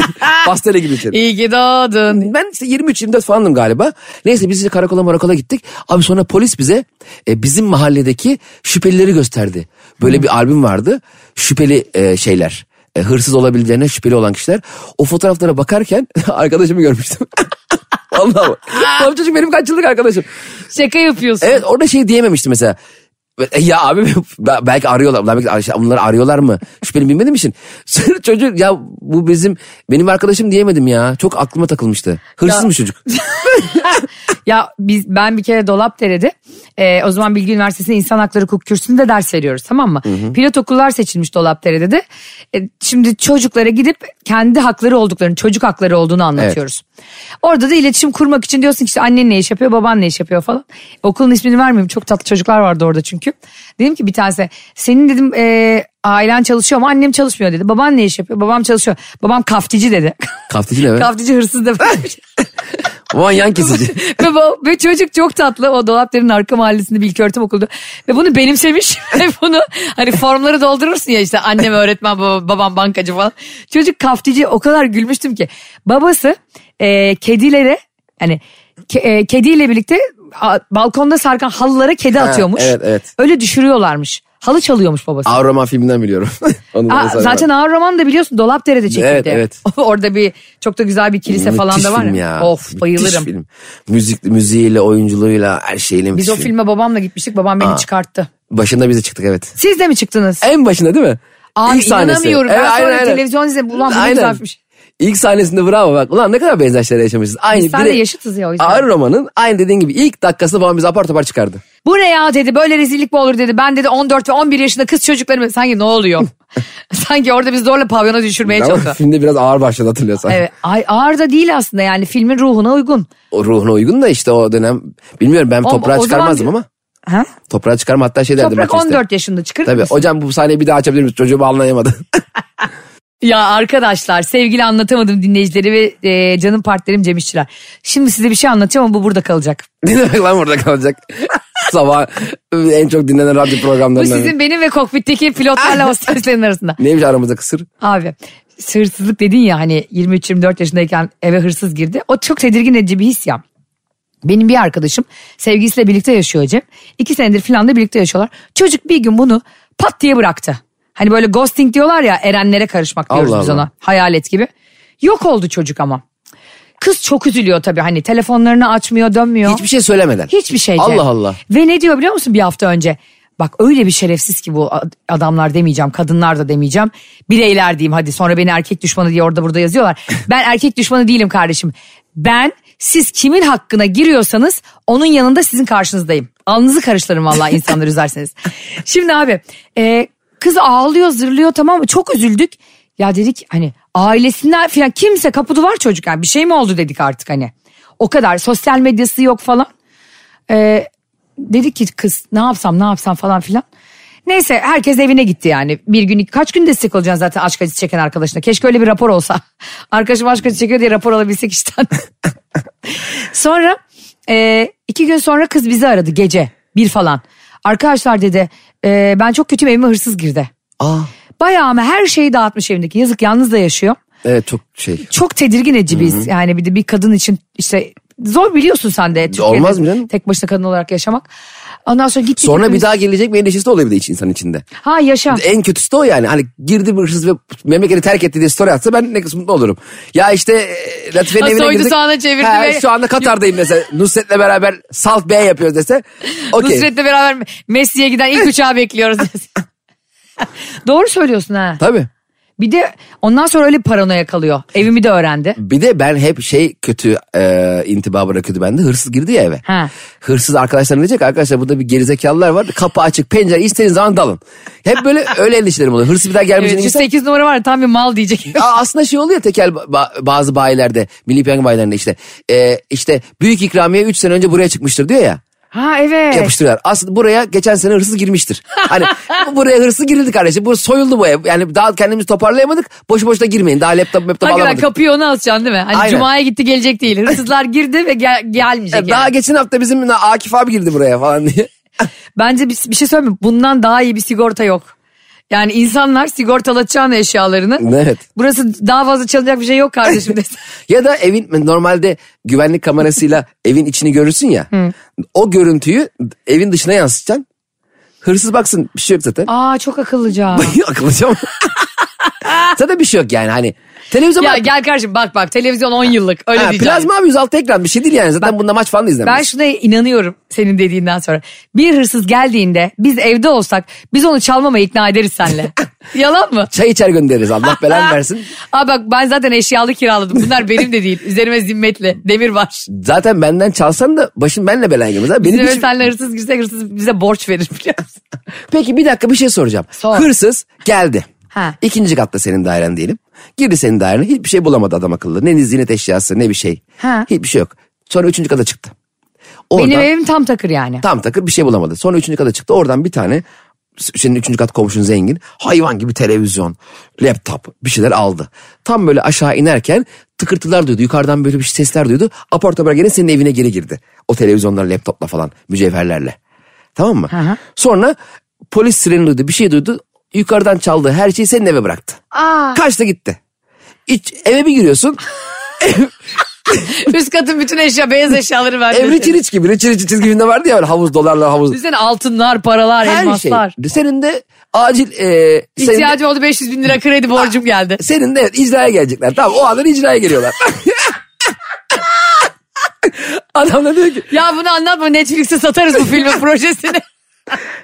Pastele gibi içeri.
İyi ki doğdun.
Ben işte 23-24 falandım galiba. Neyse biz işte karakola marakola gittik. Abi sonra polis bize e, bizim mahalledeki şüphelileri gösterdi. Böyle bir albüm vardı. Şüpheli e, şeyler. E, hırsız olabileceğine şüpheli olan kişiler. O fotoğraflara bakarken arkadaşımı görmüştüm. Vallahi bak. Tam çocuk benim kaç yıllık arkadaşım.
Şaka yapıyorsun.
Evet orada şey diyememiştim mesela. E, Ya abi be- belki arıyorlar. Ulan belki işte bunları arıyorlar mı? Şüpheli bilmediğim için. Sonra çocuk ya bu bizim benim arkadaşım diyemedim ya. Çok aklıma takılmıştı. Hırsızmış çocuk.
Ya biz ben bir kere Dolapdere'de e, o zaman Bilgi Üniversitesi'nde İnsan Hakları Hukuk Kürsüsü'nde ders veriyoruz tamam mı? Pilot okullar seçilmiş Dolapdere'de de. E, şimdi çocuklara gidip kendi hakları olduklarını, çocuk hakları olduğunu anlatıyoruz. Orada da iletişim kurmak için diyorsun ki işte annen ne iş yapıyor, baban ne iş yapıyor falan. Okulun ismini vermeyeyim çok tatlı çocuklar vardı orada çünkü. Dedim ki bir tanesi senin dedim e, ailen çalışıyor ama annem çalışmıyor dedi. Baban ne iş yapıyor, babam çalışıyor. Babam kaftici dedi.
Kaftici ne be?
kaftici hırsız demek.
Aman yan kesici.
ve, bu, ve çocuk çok tatlı. O Dolapdere'nin arka mahallesinde Bilgi Öğretim Okulu'da. Ve bunu benimsemiş. ve bunu hani formları doldurursun ya işte annem öğretmen baba- babam bankacı falan. Çocuk kaftici o kadar gülmüştüm ki. Babası e, kedilere hani ke- e, kediyle birlikte a- balkonda sarkan halılara kedi atıyormuş.
evet, evet.
Öyle düşürüyorlarmış. Halı çalıyormuş babası.
Ağır roman filminden biliyorum. Onu da
Aa,
mesela-
zaten ağır roman da biliyorsun Dolapdere'de çekildi.
Evet, evet.
Orada bir çok da güzel bir kilise
Müthiş
falan da var
film
ya.
ya.
Of bayılırım.
Müthiş film. Müzik, müziğiyle, oyunculuğuyla, her şeyle
Biz
müthiş
o
film.
filme babamla gitmiştik. Babam beni
Aa.
çıkarttı.
Başında bize çıktık evet.
Siz de mi çıktınız?
En başında değil mi?
Abi
İlk sahnesi.
inanamıyorum.
Evet,
ben sonra
aynen, aynen.
televizyon izledim. Ulan bu ne
Aynen.
güzelmiş.
İlk sahnesinde bravo bak. Ulan ne kadar benzer şeyler yaşamışız. Aynı
Biz senle
bire-
yaşıtız ya o yüzden.
Ağır romanın aynı dediğin gibi ilk dakikasında babam bizi apar topar çıkardı.
Bu ne ya dedi böyle rezillik mi olur dedi. Ben dedi 14 ve 11 yaşında kız çocuklarımı sanki ne oluyor? sanki orada biz zorla pavyona düşürmeye
Ama
çalışıyor.
filmde biraz ağır başladı hatırlıyorsan.
Evet, ay, ağır da değil aslında yani filmin ruhuna uygun.
O ruhuna uygun da işte o dönem bilmiyorum ben
O-
toprağa
o zaman-
çıkarmazdım ama.
Ha?
Toprağa çıkarma hatta şey derdim.
Toprak
herkeste.
14 yaşında çıkarır
Tabii
mısın?
hocam bu sahneyi bir daha açabilir miyiz? Çocuğu anlayamadı.
Ya arkadaşlar sevgili anlatamadım dinleyicileri ve e, canım partnerim Cem İşçiler. Şimdi size bir şey anlatacağım ama bu burada kalacak.
ne demek lan burada kalacak? Sabah en çok dinlenen radyo
Bu
programlarından.
sizin benim ve kokpitteki pilotlarla hosteslerin arasında.
Neymiş aramızda kısır?
Abi hırsızlık dedin ya hani 23-24 yaşındayken eve hırsız girdi. O çok tedirgin edici bir his ya. Benim bir arkadaşım sevgilisiyle birlikte yaşıyor Cem. İki senedir falan da birlikte yaşıyorlar. Çocuk bir gün bunu pat diye bıraktı. Hani böyle ghosting diyorlar ya erenlere karışmak diyoruz
Allah
biz
Allah.
ona. Hayalet gibi. Yok oldu çocuk ama. Kız çok üzülüyor tabii hani telefonlarını açmıyor dönmüyor.
Hiçbir şey söylemeden.
Hiçbir şey. Cem.
Allah Allah.
Ve ne diyor biliyor musun bir hafta önce? Bak öyle bir şerefsiz ki bu ad- adamlar demeyeceğim, kadınlar da demeyeceğim. Bireyler diyeyim hadi sonra beni erkek düşmanı diye orada burada yazıyorlar. Ben erkek düşmanı değilim kardeşim. Ben siz kimin hakkına giriyorsanız onun yanında sizin karşınızdayım. Alnınızı karıştırırım vallahi insanları üzerseniz. Şimdi abi e, kız ağlıyor zırlıyor tamam mı çok üzüldük. Ya dedik hani ailesinden filan kimse kapı var çocuk yani bir şey mi oldu dedik artık hani. O kadar sosyal medyası yok falan. Ee, dedi ki kız ne yapsam ne yapsam falan filan. Neyse herkes evine gitti yani. Bir gün kaç gün destek olacaksın zaten aşk acısı çeken arkadaşına. Keşke öyle bir rapor olsa. Arkadaşım aşk acısı çekiyor diye rapor alabilsek işten. sonra e, iki gün sonra kız bizi aradı gece bir falan. Arkadaşlar dedi "e, ben çok kötüyüm evime hırsız girdi.
Aa,
Bayağı ama her şeyi dağıtmış evindeki yazık yalnız da yaşıyor
evet çok şey.
çok tedirgin edici biz. Yani bir de bir kadın için işte zor biliyorsun sen de Türkiye'de
Olmaz mı canım?
tek başına kadın olarak yaşamak. Ondan sonra gittik.
Sonra bir
hepimiz-
daha E, gelecek bir endişesi de oluyor bir de iç- insan içinde.
Ha yaşa.
En kötüsü de o yani. Hani girdi bir hırsız ve memleketi terk etti diye story atsa ben ne kısmında olurum. Ya işte e, Latife'nin
Ha,
evine
soydu
girdik.
sağına çevirdi
Ha,
ve-
Şu anda Katar'dayım mesela. Nusret'le beraber Salt B yapıyoruz dese. Okey.
Nusret'le beraber Messi'ye giden ilk uçağı bekliyoruz. Doğru söylüyorsun ha.
Tabii.
Bir de ondan sonra öyle paranoya kalıyor. Evimi de öğrendi.
Bir de ben hep şey kötü e, intiba bırakıyordu bende. Hırsız girdi ya eve.
Ha.
Hırsız arkadaşlarına diyecek arkadaşlar burada bir gerizekalılar var. Kapı açık pencere istediğiniz zaman dalın. Hep böyle öyle endişelerim oluyor. Hırsız bir daha gelmeyeceğini
Evet, şu
E, insan-
8 numara var ya, tam bir mal diyecek.
Aa, aslında şey oluyor tekel ba- bazı bayilerde, milli piyango bayilerinde işte. Ee, işte büyük ikramiye 3 sene önce buraya çıkmıştır diyor ya.
Ha evet.
Yapıştırıyorlar. Aslında buraya geçen sene hırsız girmiştir. Hani bu- buraya hırsız girildi kardeşim. Bu soyuldu bu ev. Yani daha kendimizi toparlayamadık. Boşu boşuna girmeyin. Daha laptop laptop
Hakikaten
alamadık.
kapıyı ona asacaksın değil mi? Hani
Aynen. E,
Cuma'ya gitti gelecek değil. Hırsızlar girdi ve gel- gelmeyecek. yani.
Ee, Daha geçen hafta bizim Akif abi girdi buraya falan diye.
Bence bir, bir şey söyleyeyim mi? Bundan daha iyi bir sigorta yok. Yani insanlar sigortalatacağını eşyalarını.
Evet.
Burası daha fazla çalınacak bir şey yok kardeşim desin.
Ya da evin normalde güvenlik kamerasıyla evin içini görürsün ya. o görüntüyü evin dışına yansıtacaksın. Hırsız baksın bir şey yok zaten.
Aa çok akıllıca.
Akıllıca mı? Zaten bir şey yok yani hani. Televizyon
ya
var.
gel kardeşim bak bak televizyon 10 yıllık öyle
Ha,
diyeceğim.
plazma abi 106 ekran bir şey değil yani zaten bunda maç falan da
Ben
izlenmez.
şuna inanıyorum senin dediğinden sonra. Bir hırsız geldiğinde biz evde olsak biz onu çalmamaya ikna ederiz senle. Yalan mı?
Çay içer göndeririz Allah belanı versin.
Aa bak ben zaten eşyalı kiraladım. Bunlar benim de değil. Üzerime zimmetli. Demir var.
Zaten benden çalsan da başın benle belaya girmez. abi. Benim
Üzerime
hiç-
senle hırsız girsek hırsız bize borç verir biliyor musun?
Peki bir dakika bir şey soracağım.
Sor.
Hırsız geldi.
Ha.
İkinci katta senin dairen diyelim. Girdi senin dairene hiçbir şey bulamadı adam akıllı. Ne ziynet eşyası ne bir şey.
Ha.
Hiçbir şey yok. Sonra üçüncü kata çıktı.
Benim
Oradan-
evim tam takır yani.
Tam takır bir şey bulamadı. Sonra üçüncü kata çıktı. Oradan bir tane senin üçüncü kat komşun zengin. Hayvan gibi televizyon, laptop bir şeyler aldı. Tam böyle aşağı inerken tıkırtılar duydu. Yukarıdan böyle bir sesler duydu. Apar topar gene senin evine geri girdi. O televizyonlar, laptopla falan, mücevherlerle. Tamam mı?
hı.
Sonra polis sireni duydu, bir şey duydu. Yukarıdan çaldığı her şeyi senin eve bıraktı.
Aa.
Kaçta gitti. İç, eve bir giriyorsun.
Üst katın bütün eşya beyaz eşyaları verdi.
Evri Çiriç gibi. Çiriç çizgi filmde vardı ya böyle havuz dolarlar havuz.
Düşünsene altınlar, paralar,
her şey.
elmaslar.
Senin de acil e, senin, de,
İhtiyacım oldu 500 bin lira kredi borcum geldi.
senin de evet, icraya gelecekler. Tamam o andan icraya geliyorlar. Adam da diyor ki
Ya bunu anlatma Netflix'e satarız bu filmin projesini.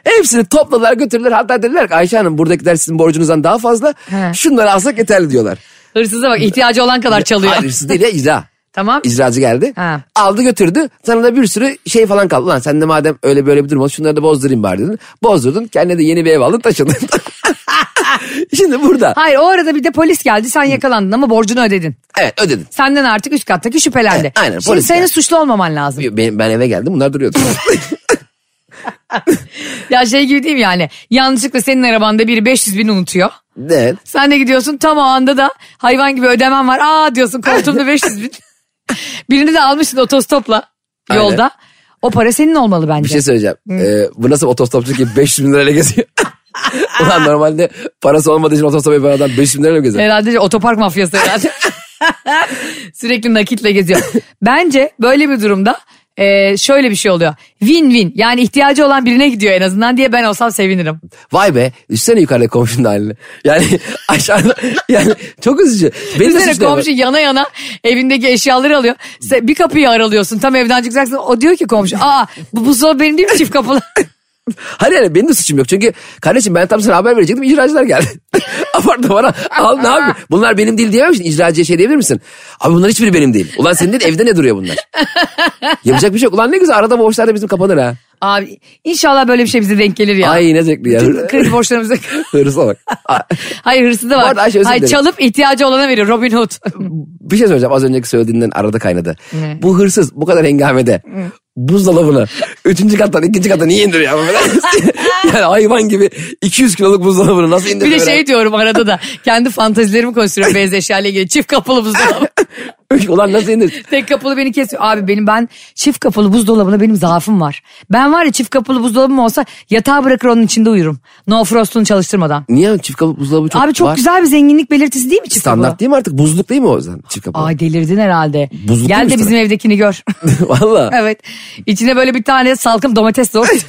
hepsini topladılar götürdüler. Hatta dediler ki Ayşe Hanım buradakiler sizin borcunuzdan daha fazla.
He.
Şunları alsak yeterli diyorlar.
Hırsıza bak ihtiyacı olan kadar çalıyor.
Hayır hırsız değil ya icra.
Tamam.
İcracı geldi.
Ha.
Aldı götürdü. Sana da bir sürü şey falan kaldı. Lan sen de madem öyle böyle bir durum oldu şunları da bozdurayım bari dedin. Bozdurdun. Kendine de yeni bir ev aldın taşındın. Şimdi burada.
Hayır o arada bir de polis geldi sen yakalandın ama borcunu ödedin.
Evet ödedin.
Senden artık üst kattaki şüphelendi.
Evet, aynen,
Şimdi
polis
senin
geldi.
suçlu olmaman lazım.
Ben, ben eve geldim bunlar duruyordu.
Ya şey gibi değil mi yani yanlışlıkla senin arabanda biri 500 bin unutuyor.
evet.
Sen de gidiyorsun tam o anda da hayvan gibi ödemem var. Aa diyorsun koltuğumda 500 bin. Birini de almışsın otostopla
Aynen.
yolda. O para senin olmalı bence.
Bir şey söyleyeceğim. Ee, bu nasıl otostopçu gibi 500 bin lirayla geziyor? Ulan normalde parası olmadığı için otostop yapan adam 500 bin lirayla mı gezer?
Herhalde de otopark mafyası herhalde. Sürekli nakitle geziyor. Bence böyle bir durumda e, şöyle bir şey oluyor. Win-win yani ihtiyacı olan birine gidiyor en azından diye ben olsam sevinirim.
Vay be düşsene yukarıda komşunun halini. Yani aşağıda yani çok üzücü. Beni de
Düşünsene
suçluyor.
komşu yana yana evindeki eşyaları alıyor. Sen bir kapıyı aralıyorsun tam evden çıkacaksın. O diyor ki komşu aa bu buzdolabı benim değil mi çift kapılı?
Hayır yani benim de suçum yok. Çünkü kardeşim ben tam sana haber verecektim. icracılar geldi. Apartmana al ne yapayım? Bunlar benim değil diyemem misin? İcracıya şey diyebilir misin? Abi bunlar hiçbiri benim değil. Ulan senin değil evde ne duruyor bunlar? Yapacak bir şey yok. Ulan ne güzel arada borçlar da bizim kapanır ha.
Abi inşallah böyle bir şey bize denk gelir ya.
Ay ne zevkli ya.
Kredi borçlarımıza.
Hırsıza bak. Aa,
Hayır hırsızı da
Bu
var.
arada Ayşe, özür
Hayır
dilerim.
çalıp ihtiyacı olana veriyor Robin Hood.
bir şey söyleyeceğim az önceki söylediğinden arada kaynadı.
Ne?
Bu hırsız bu kadar hengamede buzdolabını üçüncü kattan ikinci kattan niye indiriyor? yani hayvan gibi 200 kiloluk buzdolabını nasıl indiriyor?
Bir de
böyle?
şey diyorum arada da kendi fantazilerimi konuşturuyorum beyaz eşyayla ilgili. Çift kapılı buzdolabı.
Ulan nasıl indir?
Tek kapılı beni kesiyor. Abi benim ben çift kapılı buzdolabına benim zaafım var. Ben var ya çift kapılı buzdolabım olsa yatağa bırakır onun içinde uyurum. No frost'unu çalıştırmadan.
Niye çift kapı buzdolabı çok
Abi çok
var?
güzel bir zenginlik belirtisi değil mi çift kapılı?
Standart değil mi artık? Buzluk değil mi o zaman çift kapı?
Ay delirdin herhalde.
Buzluk
Gel de
değil mi
bizim
standart?
evdekini gör.
Valla.
evet. İçine böyle bir tane salkım domates doğruyor.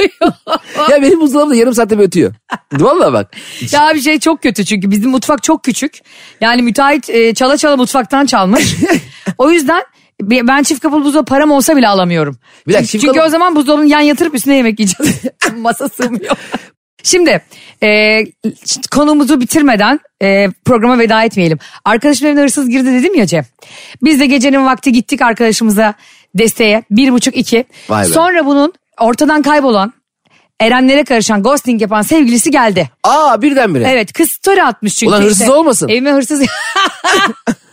Ya benim buzdolabı da yarım saatte bir ötüyor. Valla bak.
Ya bir şey çok kötü çünkü bizim mutfak çok küçük. Yani müteahhit e, çala çala mutfaktan çalmış. o yüzden bi- ben çift kapılı buzdolabı param olsa bile alamıyorum.
Bir dakika,
çünkü
çift
çünkü
kapı-
o zaman buzdolabını yan yatırıp üstüne yemek yiyeceğiz. Masa sığmıyor. Şimdi e, konumuzu bitirmeden e, programa veda etmeyelim. Arkadaşım evine hırsız girdi dedim ya Cem. Biz de gecenin vakti gittik arkadaşımıza desteğe. Bir buçuk iki.
Vay be.
Sonra bunun ortadan kaybolan Erenlere karışan ghosting yapan sevgilisi geldi.
Aa birdenbire.
Evet kız story atmış çünkü.
Ulan hırsız
işte.
olmasın.
Evime hırsız...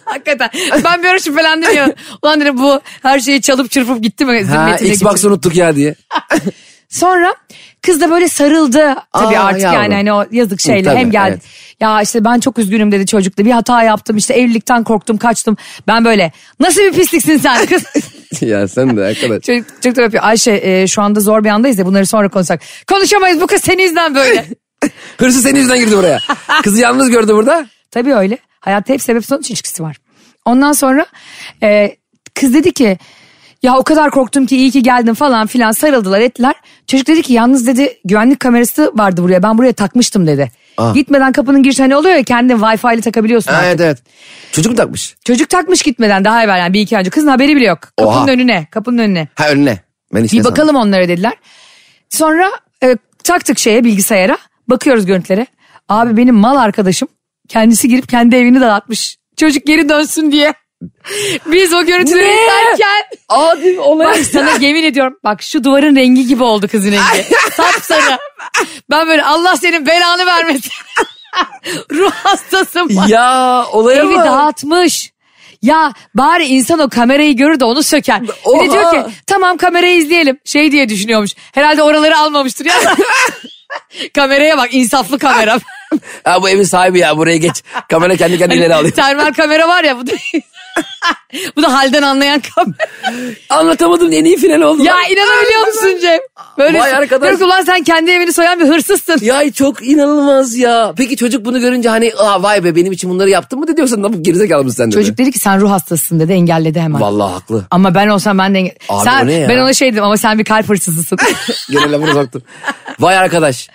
Hakikaten. Ben bir ara şüphelendim ya. Ulan dedim bu her şeyi çalıp çırpıp gitti mi?
Ha
zimmetine
Xbox
gitti.
unuttuk ya diye.
Sonra kız da böyle sarıldı. Tabii
Aa,
artık
yavrum.
yani hani o yazık
Hı,
şeyle
tabii,
hem geldi.
evet.
Ya işte ben çok üzgünüm dedi çocukla. Bir hata yaptım işte evlilikten korktum kaçtım. Ben böyle nasıl bir pisliksin sen kız?
ya sen de arkadaş.
Çocuk, çocuk da yapıyor. Ayşe e, şu anda zor bir andayız ya bunları sonra konuşsak. Konuşamayız bu kız senin yüzünden böyle.
Hırsız senin yüzünden girdi buraya. Kızı yalnız gördü burada.
Tabii öyle. Hayatta hep sebep sonuç ilişkisi var. Ondan sonra e, kız dedi ki ya o kadar korktum ki iyi ki geldin falan filan sarıldılar ettiler. Çocuk dedi ki yalnız dedi güvenlik kamerası vardı buraya ben buraya takmıştım dedi.
Aa.
Gitmeden kapının girişi hani oluyor ya kendin wifi ile takabiliyorsun.
Ha,
artık.
Ah. evet evet. Çocuk mu takmış?
Çocuk takmış gitmeden daha evvel yani bir iki ay önce kızın haberi bile yok. Kapının
Oha.
önüne kapının önüne.
Ha önüne. Ben işte
Bir bakalım onlara dediler. Sonra e, taktık şeye bilgisayara. Bakıyoruz görüntülere. Abi benim mal arkadaşım kendisi girip kendi evini dağıtmış. Çocuk geri dönsün diye. Biz o görüntüleri
Ne?
izlerken
Abi
bak
olay.
sana yemin ediyorum bak şu duvarın rengi gibi oldu kızın rengi. Sapsarı. Ben böyle Allah senin belanı vermesin. Ruh hastasım.
Ya olaya
Evi
bak.
dağıtmış. Ya bari insan o kamerayı görür de onu söker. Bir de
Oha.
diyor ki tamam kamerayı izleyelim. Şey diye düşünüyormuş. Herhalde oraları almamıştır ya. Kameraya bak insaflı kamera.
Ha, bu evin sahibi ya buraya geç. Kamera kendi kendine ileri alıyor.
Termal kamera var ya bu da, bu da halden anlayan kamera.
Anlatamadım en iyi final oldu.
Ya
lan.
inanabiliyor musun Cem? Böyle
Vay arkadaş.
Diyorum ki, ulan sen kendi evini soyan bir hırsızsın.
Ya çok inanılmaz ya. Peki çocuk bunu görünce hani Aa, vay be benim için bunları yaptın mı dedi yoksa ne bu gerizekalı mısın sen dedi.
Çocuk dedi ki sen ruh hastasısın dedi engelledi hemen.
Vallahi haklı.
Ama ben olsam ben de enge-
Abi
sen,
o ne ya?
Ben ona şey dedim ama sen bir kalp hırsızısın.
Gene lafını soktum. Vay arkadaş.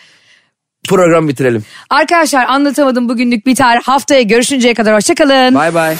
Program bitirelim.
Arkadaşlar anlatamadım bugünlük biter. Haftaya görüşünceye kadar hoşçakalın.
Bay bay.